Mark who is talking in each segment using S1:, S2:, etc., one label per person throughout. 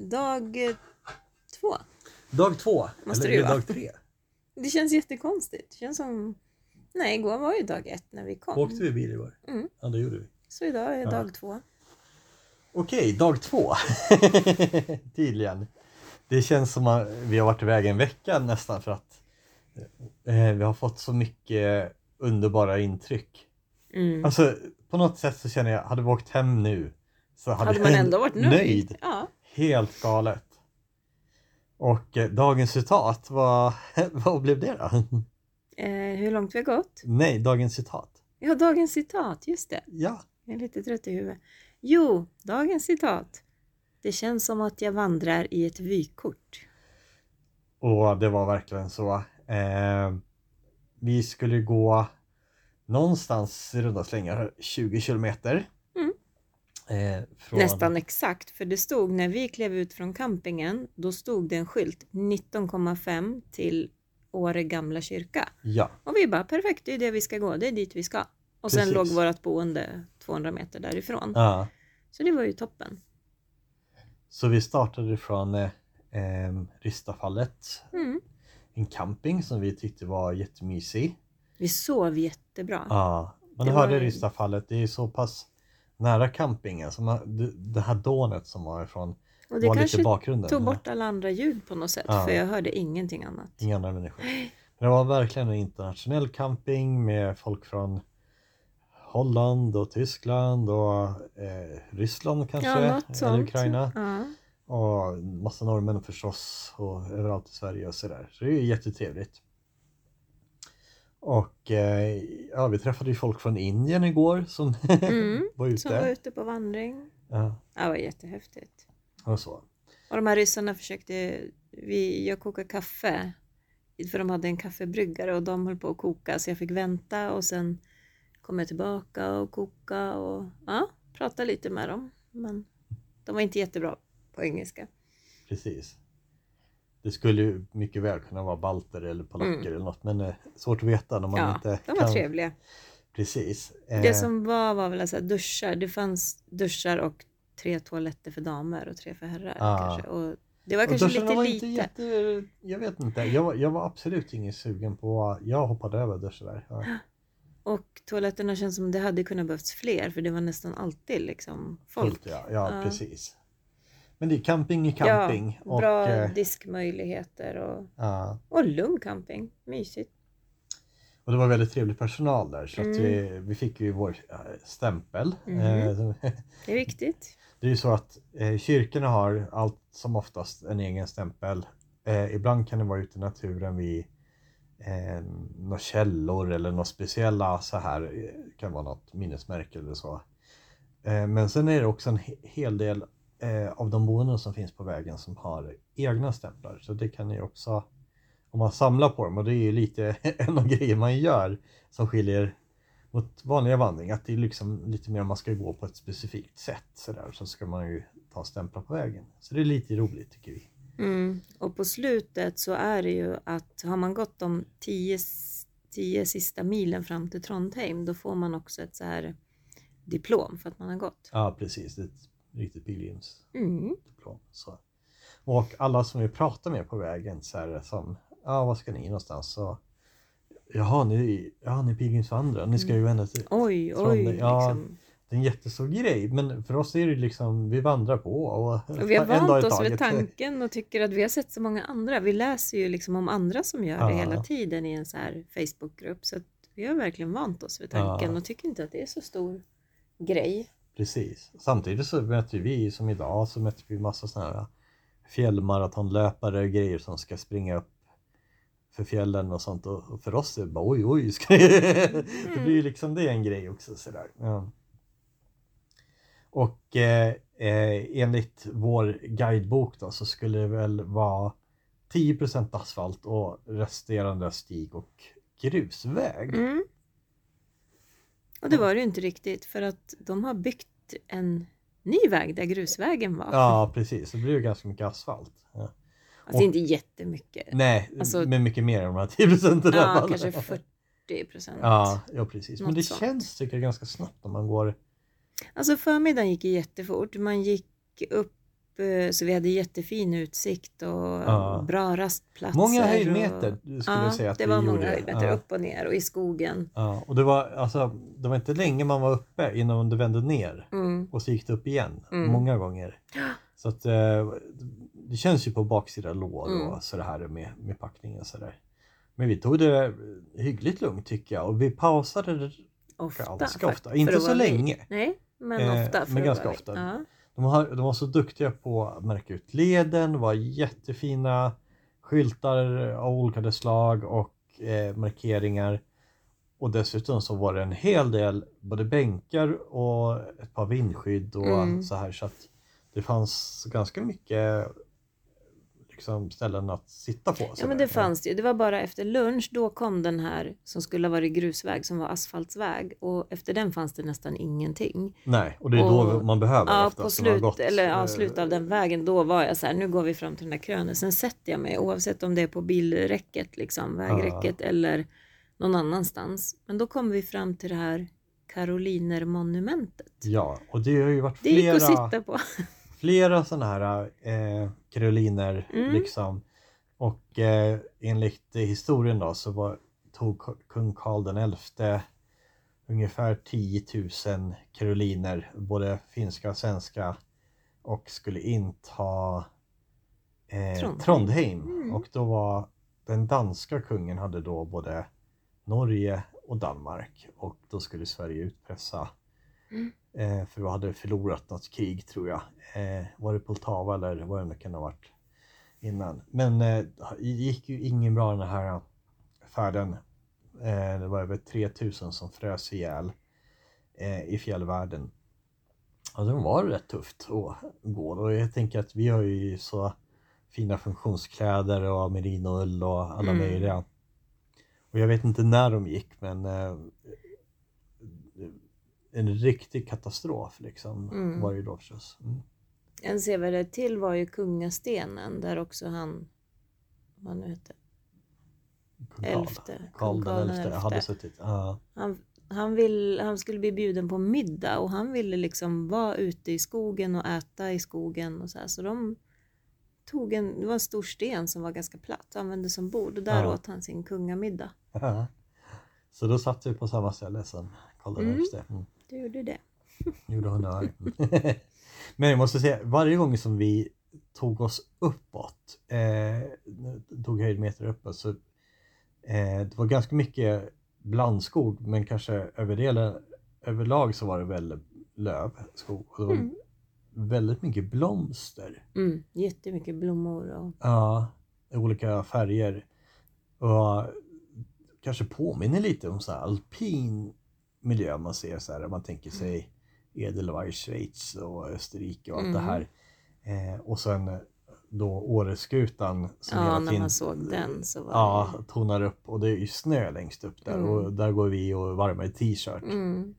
S1: Dag eh, två.
S2: Dag två.
S1: Måste
S2: eller
S1: det ju
S2: är
S1: vara.
S2: dag tre.
S1: Det känns jättekonstigt. Det känns som... Nej, igår var ju dag ett när vi kom.
S2: Åkte vi bil igår?
S1: Mm.
S2: Ja, det gjorde vi.
S1: Så idag är
S2: Ja.
S1: dag två.
S2: Okej, dag två. Tydligen. Det känns som att vi har varit iväg en vecka nästan för att eh, vi har fått så mycket underbara intryck.
S1: Mm.
S2: Alltså på något sätt så känner jag, hade vi åkt hem nu så hade,
S1: Hade
S2: jag
S1: man ändå varit nöjd?
S2: nöjd.
S1: Ja.
S2: Helt galet. Och eh, dagens citat, vad, vad blev det då?
S1: Eh, hur långt vi har gått?
S2: Nej, dagens citat.
S1: Vi har dagens citat, just det.
S2: Ja,
S1: Jag är lite trött i huvudet. Jo, dagens citat. Det känns som att jag vandrar i ett vykort.
S2: och det var verkligen så. Eh, vi skulle gå någonstans i runda slängar 20 kilometer.
S1: Mm.
S2: Eh, från,
S1: Nästan exakt, för det stod när vi klev ut från campingen, då stod det en skylt 19,5 till Åre gamla kyrka.
S2: Ja,
S1: Och vi bara perfekt, det är det vi ska gå, det är dit vi ska. Och sen
S2: Precis.
S1: låg vårt boende 200 meter därifrån.
S2: ja.
S1: Så det var ju toppen.
S2: Så vi startade från eh, eh, Ristafallet,
S1: Mm.
S2: en camping som vi tyckte var jättemysig.
S1: Vi sov jättebra.
S2: Ja, man
S1: Det
S2: hörde
S1: var-
S2: Ristafallet. Det är så pass nära campingen. Så man, det, det här dånet som var ifrån
S1: och det
S2: var lite i
S1: kanske
S2: bakgrunden.
S1: tog bort alla andra ljud på något sätt,
S2: Ja. Mm,
S1: för jag hörde ingenting annat.
S2: Inga andra människor. Men det var verkligen en internationell camping med folk från Holland och Tyskland och eh, Ryssland kanske.
S1: Ja, något
S2: eller
S1: sånt.
S2: Ukraina.
S1: Ja.
S2: Och massa norrmän förstås och överallt i Sverige och sådär. Så det är ju jättetrevligt. Och eh, ja, vi träffade ju folk från Indien igår som
S1: Mm,
S2: var ute.
S1: Som var ute på vandring.
S2: Ja,
S1: Ja, det var jättehäftigt.
S2: och så.
S1: Och de här ryssarna försökte, vi, jag kokade kaffe. För de hade en kaffebryggare och de höll på att koka så jag fick vänta och sen kom jag tillbaka och koka och ja, prata lite med dem. Men de var inte jättebra på engelska.
S2: Precis. Det skulle ju mycket väl kunna vara balter eller polacker
S1: Mm.
S2: eller något men eh, svårt att veta när man
S1: ja,
S2: inte
S1: de var trevliga.
S2: Precis.
S1: Det
S2: Eh,
S1: som var var väl alltså duschar. Det fanns duschar och tre toaletter för damer och tre för herrar
S2: Ah.
S1: kanske. Och det var
S2: och
S1: kanske
S2: duscharna
S1: lite
S2: var
S1: lite.
S2: inte jätte... Jag vet inte. Jag var, jag var absolut ingen sugen på... Jag hoppade över duschen där. Ja.
S1: Och toaletterna känns som det hade kunnat behövts fler för det var nästan alltid liksom folk.
S2: Fullt, ja. Ja,
S1: Ja.
S2: precis. Men det är camping i camping.
S1: Ja, bra
S2: eh,
S1: diskmöjligheter och,
S2: ja.
S1: och lugn camping. Mysigt.
S2: Och det var väldigt trevlig personal där så att
S1: Mm.
S2: vi, vi fick ju vår eh, stämpel.
S1: Mhm.
S2: Eh,
S1: Det är viktigt.
S2: Det är ju så att eh, kyrkorna har allt som oftast en egen stämpel. Eh, ibland kan det vara ute i naturen vid eh, några källor eller några speciella så här, eh, kan vara något minnesmärke eller så. Eh, men sen är det också en he- hel del eh, av de boenden som finns på vägen som har egna stämplar. Så det kan ju också, om man samlar på dem, och det är ju lite en av grejerna man gör som skiljer mot vanliga vandring, att det är liksom lite mer om man ska gå på ett specifikt sätt sådär, så ska man ju ta stämplar på vägen. Så det är lite roligt tycker vi.
S1: Mm. Och på slutet så är det ju att har man gått de tio, tio sista milen fram till Trondheim då får man också ett så här diplom för att man har gått.
S2: Ja precis, det är ett riktigt pilgrimsdiplom.
S1: Mm.
S2: Så. Och alla som vi pratar med på vägen så här som, ja vad ska ni någonstans? Så, Jaha, ni, ja, ni är pilgrimsvandrare, ni ska ju vända till...
S1: Oj,
S2: Från
S1: oj.
S2: det- ja.
S1: Liksom.
S2: Det är en jättestor grej, men för oss är det liksom, vi vandrar på och,
S1: Och vi har
S2: en dag
S1: vant
S2: i
S1: oss vid
S2: taget.
S1: tanken och tycker att vi har sett så många andra. Vi läser ju liksom om andra som gör det
S2: Ja.
S1: hela tiden i en så här Facebookgrupp. Så att vi har verkligen vant oss vid tanken
S2: Ja.
S1: och tycker inte att det är så stor grej.
S2: Precis. Samtidigt så möter vi, som idag, så möter vi massa sådana här fjällmaratonlöpare och grejer som ska springa upp för fjällen och sånt och och för oss är det bara oj oj, ska det blir ju liksom det en grej också sådär. Ja. Och eh, eh, enligt vår guidebok då så skulle det väl vara 10 asfalt och resterande stig och grusväg.
S1: Mm. Och det var det ju inte riktigt för att de har byggt en ny väg där grusvägen var.
S2: Ja precis, det blir ju ganska mycket asfalt. Ja.
S1: Alltså inte jättemycket.
S2: Nej,
S1: Alltså-
S2: men mycket mer än de här 10 procenten. i alla
S1: Ja,
S2: fall.
S1: kanske 40 procent.
S2: Ja, ja precis. Men
S1: Något
S2: det
S1: sånt.
S2: känns tycker jag ganska snabbt om man går...
S1: Alltså förmiddagen gick ju jättefort. Man gick upp upp eh, så vi hade jättefin utsikt och
S2: Ja.
S1: bra rastplatser.
S2: Många
S1: och-
S2: höjdmeter skulle
S1: Ja,
S2: jag säga att
S1: det
S2: vi
S1: var
S2: gjorde.
S1: många höjdmeter
S2: Ja.
S1: upp och ner och i skogen.
S2: Ja, och det var, alltså, det var inte länge man var uppe innan du vände ner
S1: Mm.
S2: och så gick det upp igen
S1: Mm.
S2: många gånger. Så att, eh, det känns ju på baksida lår
S1: Mm.
S2: och så det här med, med packningen och sådär. Men vi tog det hyggligt lugnt tycker jag och vi pausade
S1: Ofta.
S2: ganska
S1: fakt-
S2: ofta.
S1: för
S2: Inte
S1: att
S2: så
S1: vara vi.
S2: länge.
S1: Nej, men
S2: Eh,
S1: ofta. för
S2: men
S1: att
S2: ganska
S1: vara vi.
S2: ofta.
S1: Ja.
S2: De, har, de var så duktiga på att märka ut leden, var jättefina skyltar av olika slag och eh, markeringar. Och dessutom så var det en hel del både bänkar och ett par vindskydd och
S1: Mm.
S2: så här så att det fanns ganska mycket liksom, ställen att sitta på.
S1: Ja
S2: sådär.
S1: men det fanns det ju. Det var bara efter lunch, då kom den här som skulle ha varit grusväg som var asfaltsväg och efter den fanns det nästan ingenting.
S2: Nej, och det är då
S1: Och-
S2: man behöver
S1: Ja,
S2: oftast.
S1: på
S2: när man har
S1: slut,
S2: gått,
S1: eller,
S2: eh,
S1: ja, slut av den vägen, då var jag så här, nu går vi fram till den där krönen. Sen sätter jag mig oavsett om det är på bilräcket, liksom, vägräcket eller någon annanstans. Men då kommer vi fram till det här Karolinermonumentet.
S2: Ja, och det har ju varit
S1: Det
S2: flera...
S1: gick att sitta på.
S2: flera sådana här eh, karoliner
S1: Mm.
S2: liksom. Och eh, enligt eh, historien då så var, tog k- kung Karl den XI ungefär 10 000 karoliner, både finska och svenska och skulle inta eh,
S1: Trondheim.
S2: Trondheim.
S1: Mm.
S2: Och då var den danska kungen hade då både Norge och Danmark och då skulle Sverige utpressa
S1: Mm.
S2: Eh, för vi hade förlorat något krig tror jag. Eh, var det Poltava eller vad det nu kan ha varit innan. Men eh, det gick ju ingen bra den här färden. Eh, det var över 3000 som frös ihjäl eh, i fjällvärlden. Alltså det var rätt tufft att gå och jag tänker att vi har ju så fina funktionskläder och merinoull och alla
S1: Mm.
S2: möjliga. Och jag vet inte när de gick men eh, en riktig katastrof liksom
S1: Mm.
S2: var det ju då förstås. Mm.
S1: En sevärdhet till var ju kungastenen där också han, vad han nu hette,
S2: Kung Karl.
S1: elfte.
S2: Karl
S1: kung
S2: den
S1: den
S2: elfte
S1: elfte.
S2: hade suttit. ja.
S1: Han, han, vill, han skulle bli bjuden på middag och han ville liksom vara ute i skogen och äta i skogen och så här. Så de tog en, det var en stor sten som var ganska platt och använde som bord och där
S2: Ja.
S1: åt han sin kungamiddag.
S2: Ja. Så då satt vi på samma ställe som Karl den
S1: Mm.
S2: elfte. Mm.
S1: Du gjorde det.
S2: Gjorde honnör. Mm. Men jag måste säga, varje gång som vi tog oss uppåt, eh, tog höjdmeter uppåt, så eh, det var ganska mycket blandskog men kanske överdelen, överlag så var det väl lövskog. Och det var
S1: Mm.
S2: väldigt mycket blomster.
S1: Mm, jättemycket blommor och
S2: Ja, i olika färger. Och kanske påminner lite om så här alpin miljö man ser så här, man tänker
S1: Mm.
S2: sig Edelweiss, Schweiz och Österrike och allt
S1: Mm.
S2: det här. Eh, och sen då Åreskutan som
S1: ja,
S2: hela
S1: när
S2: tiden-
S1: man såg den så var
S2: Ja, tonar upp och det är ju snö längst upp där
S1: Mm.
S2: och där går vi och är varma i t-shirt.
S1: det... Mm.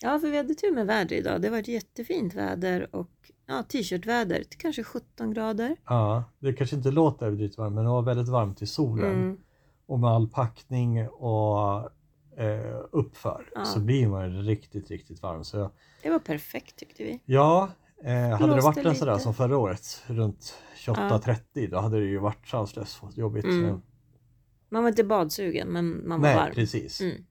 S1: Ja, för vi hade tur med väder idag. Det var ett jättefint väder och ja, t-shirtväder, kanske 17 grader.
S2: Ja, det kanske inte låter överdrivet varmt men det var väldigt varmt i solen.
S1: Mm.
S2: och med all packning och eh, uppför
S1: Ja.
S2: så blir man riktigt, riktigt varm. Så
S1: Det var perfekt tyckte vi.
S2: ja, eh, hade det
S1: Blåste
S2: varit en sådär
S1: lite.
S2: som förra året runt 28-30 då hade det ju varit sanslöst jobbigt.
S1: Mm.
S2: Men-
S1: Man var inte badsugen men man var
S2: Nej,
S1: varm.
S2: precis.
S1: Mm.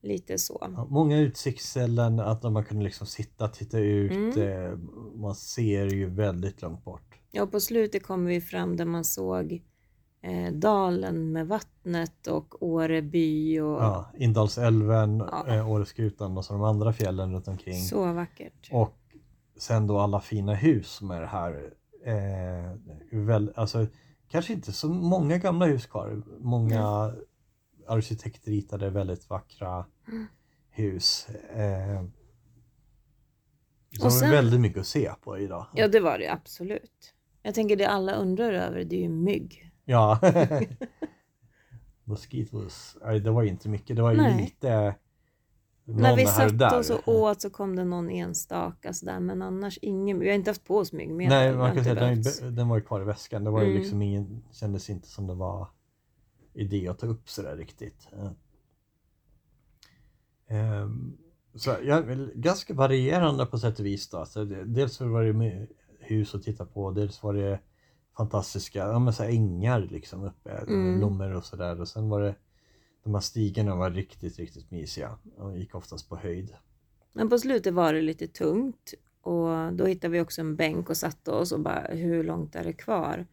S1: Lite så.
S2: Ja, Många utsiktsställen att man kunde liksom sitta, titta ut.
S1: Mm.
S2: Eh, man ser ju väldigt långt bort.
S1: Ja, och på slutet kom vi fram där man såg eh, dalen med vattnet och Åreby och
S2: Ja, Indalsälven,
S1: Ja.
S2: eh, Åreskutan och så de andra fjällen runt omkring.
S1: så vackert.
S2: Och sen då alla fina hus med det här. Eh, väl, alltså, kanske inte så många gamla hus kvar. Många arkitekter ritade väldigt vackra
S1: Mm.
S2: hus. Eh,
S1: Och
S2: som
S1: sen-
S2: är väldigt mycket att se på idag.
S1: Ja, det var det absolut. Jag tänker det alla undrar över, det är ju mygg.
S2: Ja. Mosquitos. Nej, det var ju inte mycket. Det var ju
S1: Nej.
S2: lite någon
S1: När vi
S2: här och där.
S1: satt oss och åt så kom det någon enstaka sådär, men annars ingen. Vi har inte haft på oss myggmedel.
S2: Nej,
S1: det har
S2: man kan
S1: inte
S2: säga att den,
S1: behövts.
S2: ju- den var ju kvar i väskan. Det var ju
S1: Mm.
S2: liksom ingen, kändes inte som det var idé att ta upp sådär riktigt. Eh. Ehm, Så jag, ganska varierande på sätt och vis då. Så det, dels så var det my- hus att titta på. Dels var det fantastiska ja, men så här ängar liksom uppe,
S1: Mm.
S2: med blommor och sådär. Och sen var det de här stigarna var riktigt, riktigt mysiga. De gick oftast på höjd.
S1: Men på slutet var det lite tungt och då hittade vi också en bänk och satte oss och bara hur långt är det kvar?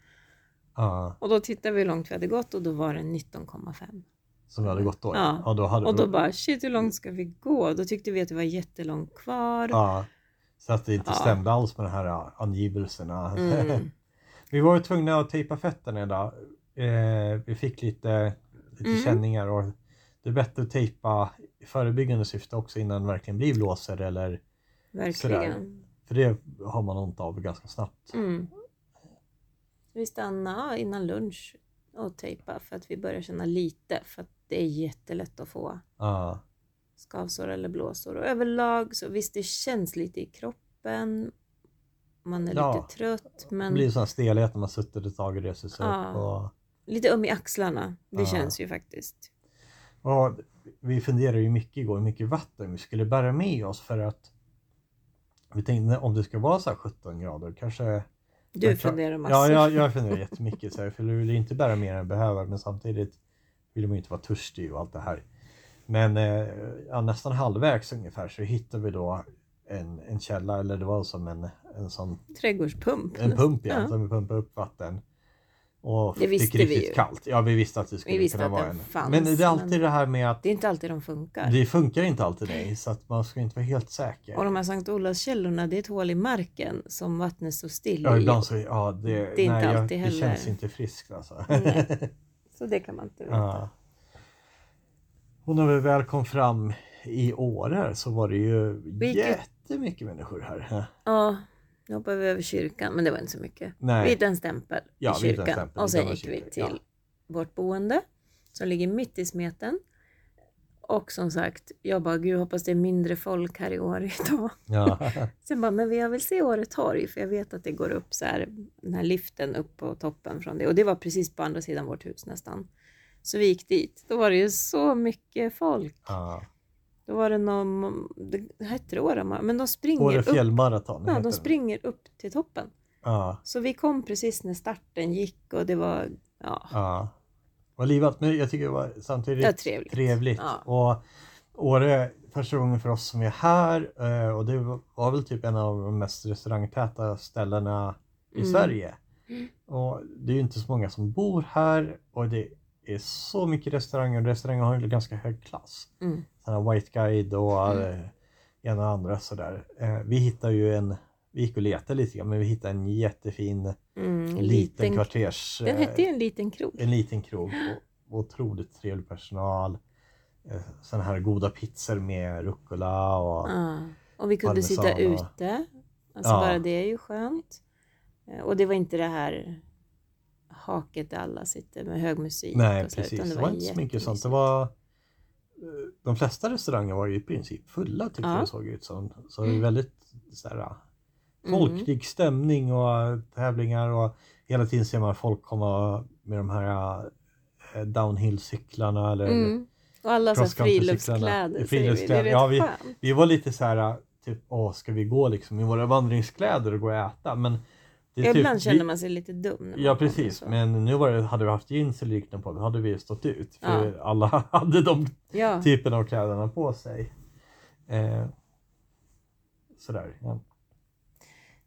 S2: Ja,
S1: Och då tittade vi hur långt vi hade gått och då var det 19,5.
S2: som vi hade gått då.
S1: Mm. Ja.
S2: då hade,
S1: Och då bara shit hur långt ska vi gå? Då tyckte vi att det var jättelångt kvar.
S2: ja, så att det inte
S1: Ja.
S2: stämde alls med de här ja, angivelserna.
S1: Mm.
S2: Vi var ju tvungna att tejpa fötterna idag. Eh, vi fick lite, lite
S1: Mm.
S2: känningar och det är bättre att tejpa i förebyggande syfte också innan det verkligen blir blåser eller
S1: Verkligen.
S2: för det har man ont av ganska snabbt.
S1: Mm. Vi stannade innan lunch och tejpade för att vi börjar känna lite för att det är jättelätt att få
S2: Ja,
S1: skavsår eller blåsor. Och överlag så visst det känns lite i kroppen. Man är
S2: Ja.
S1: lite trött
S2: det
S1: men
S2: blir sån här stelhet när man suttit ett tag och reser sig
S1: Ja.
S2: upp. Och,
S1: lite öm i axlarna. Det
S2: Ja.
S1: känns ju faktiskt.
S2: och vi funderade ju mycket igår hur mycket vatten vi skulle bära med oss för att vi tänkte om det ska vara så här 17 grader kanske
S1: Du
S2: Men klar-
S1: funderar massor.
S2: Ja, jag, jag funderar jättemycket. Så här, för du vill ju inte bära mer än du behöver men samtidigt vill man ju inte vara törstig och allt det här. Men eh, ja, nästan halvvägs ungefär så hittade vi då en, en källa, eller det var som en, en, sån,
S1: Trädgårdspump.
S2: en pump igen,
S1: Ja.
S2: som vi pumpade upp vatten. Och
S1: Det
S2: fick
S1: visste vi
S2: riktigt
S1: ju.
S2: kallt. Ja, vi visste att det skulle
S1: visste
S2: kunna
S1: att
S2: vara
S1: den
S2: en.
S1: fanns,
S2: men det är alltid
S1: men-
S2: det här med att
S1: Det är inte alltid de funkar.
S2: det funkar inte alltid nej, så att man ska inte vara helt säker.
S1: Och de här Sankt Olavskällorna, det är ett hål i marken som vattnet står still
S2: Ja,
S1: i.
S2: ibland så, ja, det,
S1: är
S2: nej,
S1: inte
S2: jag,
S1: alltid
S2: det känns
S1: heller.
S2: inte friskt alltså.
S1: Nej. Mm. Så det kan man inte veta.
S2: Ja. Och när vi väl kom fram i Åre så var det ju
S1: Vilket-
S2: jättemycket människor här.
S1: Ja, nu hoppar vi över kyrkan, men det var inte så mycket. Vi
S2: Nej,
S1: hittade en stämpel
S2: Ja,
S1: i
S2: vi
S1: kyrkan
S2: hittade en stämpel i
S1: och sen
S2: gamla
S1: gick vi
S2: kyrkan,
S1: till
S2: ja.
S1: vårt boende som ligger mitt i smeten. Och som sagt, jag bara gud hoppas det är mindre folk här i år idag.
S2: ja.
S1: Sen bara, men jag vill se Åre torg för jag vet att det går upp så här, den här liften upp på toppen från det. Och det var precis på andra sidan vårt hus nästan. Så vi gick dit. Då var det ju så mycket folk.
S2: ja.
S1: Då var det någon, det hette det Åre, men de springer,
S2: Åre
S1: upp,
S2: fjällmaraton
S1: ja,
S2: heter
S1: de
S2: det.
S1: springer upp till toppen.
S2: Ja,
S1: Så vi kom precis när starten gick och det var, ja,
S2: ja. Vad livat, men jag tycker det var samtidigt
S1: det var trevligt.
S2: trevligt.
S1: Ja.
S2: Och Åre, första gången för oss som är här eh, och det var väl typ en av de mest restaurangtäta ställena i
S1: Mm.
S2: Sverige.
S1: Mm.
S2: Och det är ju inte så många som bor här och det är så mycket restauranger och restauranger har ju ganska hög klass.
S1: Mm.
S2: Sådana här White Guide och mm. ena och andra sådär. Eh, Vi hittade ju en, vi gick och letade lite grann men vi hittade en jättefin
S1: Mm, en
S2: liten,
S1: liten,
S2: kvarters...
S1: den
S2: eh,
S1: hette ju en liten krog.
S2: en liten krog och otroligt trevlig personal. Eh, Sådana här goda pizzor med rucola och
S1: Ja. Och vi kunde
S2: Parmesan
S1: sitta
S2: och-
S1: ute. Alltså
S2: Ja.
S1: bara det är ju skönt. Eh, Och det var inte det här haket där alla sitter med hög musik.
S2: Nej
S1: och så, Alltså, utan
S2: precis, det var inte så mycket sånt. Det
S1: jättemysigt.
S2: var, eh, de flesta restauranger var ju i princip fulla tyckte
S1: Ja.
S2: jag såg ut som. Så det var
S1: Mm.
S2: väldigt sådär,
S1: Mm.
S2: folklig stämning och eh, tävlingar och hela tiden ser man folk komma med de här eh, downhill-cyklarna eller
S1: Mm. Och alla så här
S2: Crosscountrycyklarna.
S1: friluftskläder, säger
S2: Friluftskläder,
S1: vi. Det är
S2: ja,
S1: rätt
S2: vi-
S1: skönt.
S2: Vi var lite så här, typ, åh, ska vi gå liksom i våra vandringskläder och gå och äta? Men det är
S1: Ja,
S2: typ-
S1: Ibland känner
S2: vi-
S1: man sig lite dum. när man
S2: Ja
S1: kommer
S2: precis,
S1: så.
S2: men nu var det, hade vi haft jeans eller liknande på då hade vi stått ut. För
S1: Ja.
S2: alla hade de
S1: Ja.
S2: typen av kläderna på sig. Eh, sådär. Ja.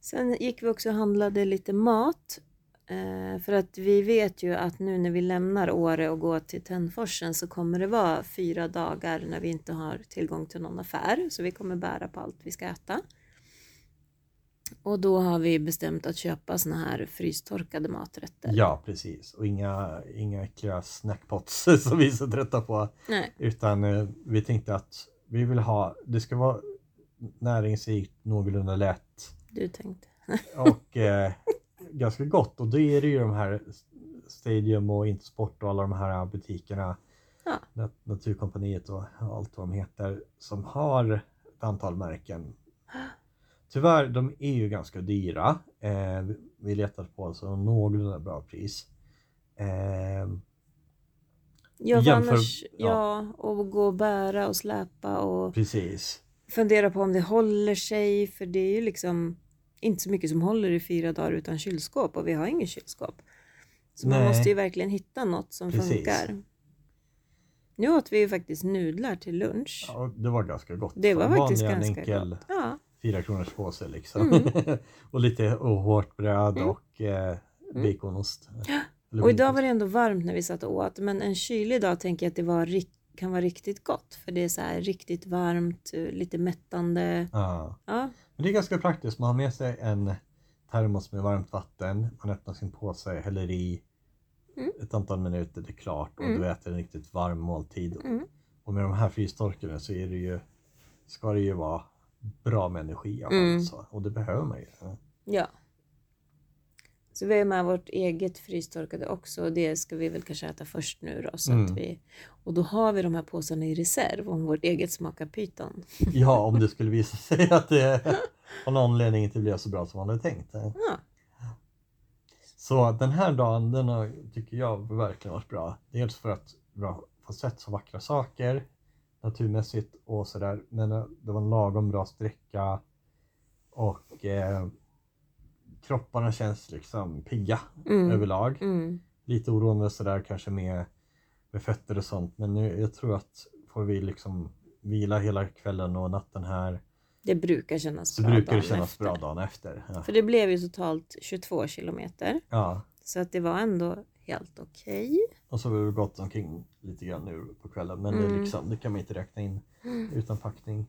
S1: Sen gick vi också och handlade lite mat. Eh, för att vi vet ju att nu när vi lämnar Åre och går till Tännforsen så kommer det vara fyra dagar när vi inte har tillgång till någon affär. Så vi kommer bära på allt vi ska äta. Och då har vi bestämt att köpa såna här frystorkade maträtter.
S2: ja precis, och inga, inga äckliga snackpots som vi är så trötta på.
S1: Nej.
S2: Utan eh, vi tänkte att vi vill ha, det ska vara näringsrikt, någorlunda lätt.
S1: Du tänkte.
S2: och eh, ganska gott. Och då är det ju de här Stadium och Intersport och alla de här butikerna.
S1: Ja.
S2: Nat- Naturkompaniet och allt vad de heter som har ett antal märken. Tyvärr, de är ju ganska dyra. Eh, vi- vi letade på alltså någorlunda bra pris. Eh,
S1: Ja, för
S2: Jämför-
S1: annars,
S2: ja.
S1: ja, och gå och bära och släpa och
S2: precis.
S1: fundera på om det håller sig för det är ju liksom inte så mycket som håller i fyra dagar utan kylskåp och vi har ingen kylskåp. Så man
S2: Nej.
S1: måste ju verkligen hitta något som
S2: Precis.
S1: funkar. Nu åt vi ju faktiskt nudlar till lunch.
S2: Ja, det var ganska gott.
S1: det var
S2: Vanlig,
S1: faktiskt
S2: en
S1: ganska
S2: enkel
S1: gott. Ja,
S2: fyra kronors påse liksom. och lite och hårt bröd
S1: Mm.
S2: och eh, baconost. Eller
S1: och idag
S2: bacon.
S1: var det ändå varmt när vi satt och åt men en kylig dag tänker jag att det var, rik- kan vara riktigt gott för det är så här riktigt varmt, eh, lite mättande.
S2: Ja.
S1: Ja,
S2: Men det är ganska praktiskt. Man har med sig en termos med varmt vatten. Man öppnar sin påse, häller i
S1: Mm.
S2: ett antal minuter, det är klart och
S1: Mm.
S2: du äter en riktigt varm måltid.
S1: Mm.
S2: Och med de här frystorkarna så är det ju, ska det ju vara bra med energi av
S1: Mm.
S2: allt så. Och det behöver man ju.
S1: Ja. Så vi har med vårt eget frystorkade också och det ska vi väl kanske äta först nu då. Så att
S2: Mm.
S1: vi, och då har vi de här påsarna i reserv om vårt eget smakar pyton.
S2: Ja, om det skulle visa sig att det av någon anledning inte blev så bra som man hade tänkt.
S1: Ja.
S2: Så den här dagen den har, tycker jag verkligen varit bra. Dels för att vi har fått sett så vackra saker naturmässigt och sådär. Men eh, det var en lagom bra sträcka och eh, kropparna känns liksom pigga
S1: Mm.
S2: överlag.
S1: Mm.
S2: Lite oroande sådär kanske med, med fötter och sånt. Men nu, jag tror att får vi liksom vila hela kvällen och natten här
S1: Det brukar kännas
S2: så
S1: bra
S2: brukar det
S1: dagen
S2: kännas
S1: efter.
S2: bra dagen efter. Ja.
S1: För det blev ju totalt 22 kilometer.
S2: ja.
S1: Så att det var ändå helt okej.
S2: Och så har vi gått omkring lite grann nu på kvällen men det, är
S1: Mm.
S2: liksom, det kan man inte räkna in utan packning.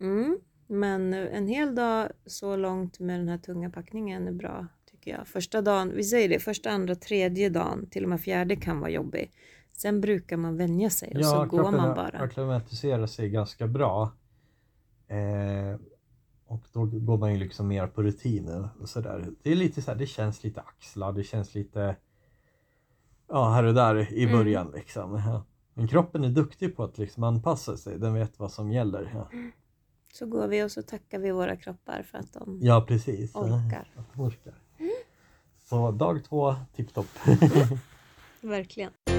S1: Mm. Men en hel dag så långt med den här tunga packningen är bra tycker jag. Första dagen, vi säger det, första, andra, tredje dagen, till och med fjärde kan vara jobbig. Sen brukar man vänja sig och så går man bara.
S2: acklimatiserar sig ganska bra. Eh, och då går man ju liksom mer på rutiner och sådär. Det är lite så här, det känns lite axlar, det känns lite ja, här och där i
S1: Mm.
S2: början liksom. Ja. Men kroppen är duktig på att liksom anpassa sig, den vet vad som gäller. Ja,
S1: Mm. Så går vi och så tackar vi våra kroppar för att de
S2: ja precis.
S1: orkar. Mm.
S2: Att de orkar. Så dag två, tipptopp.
S1: Verkligen.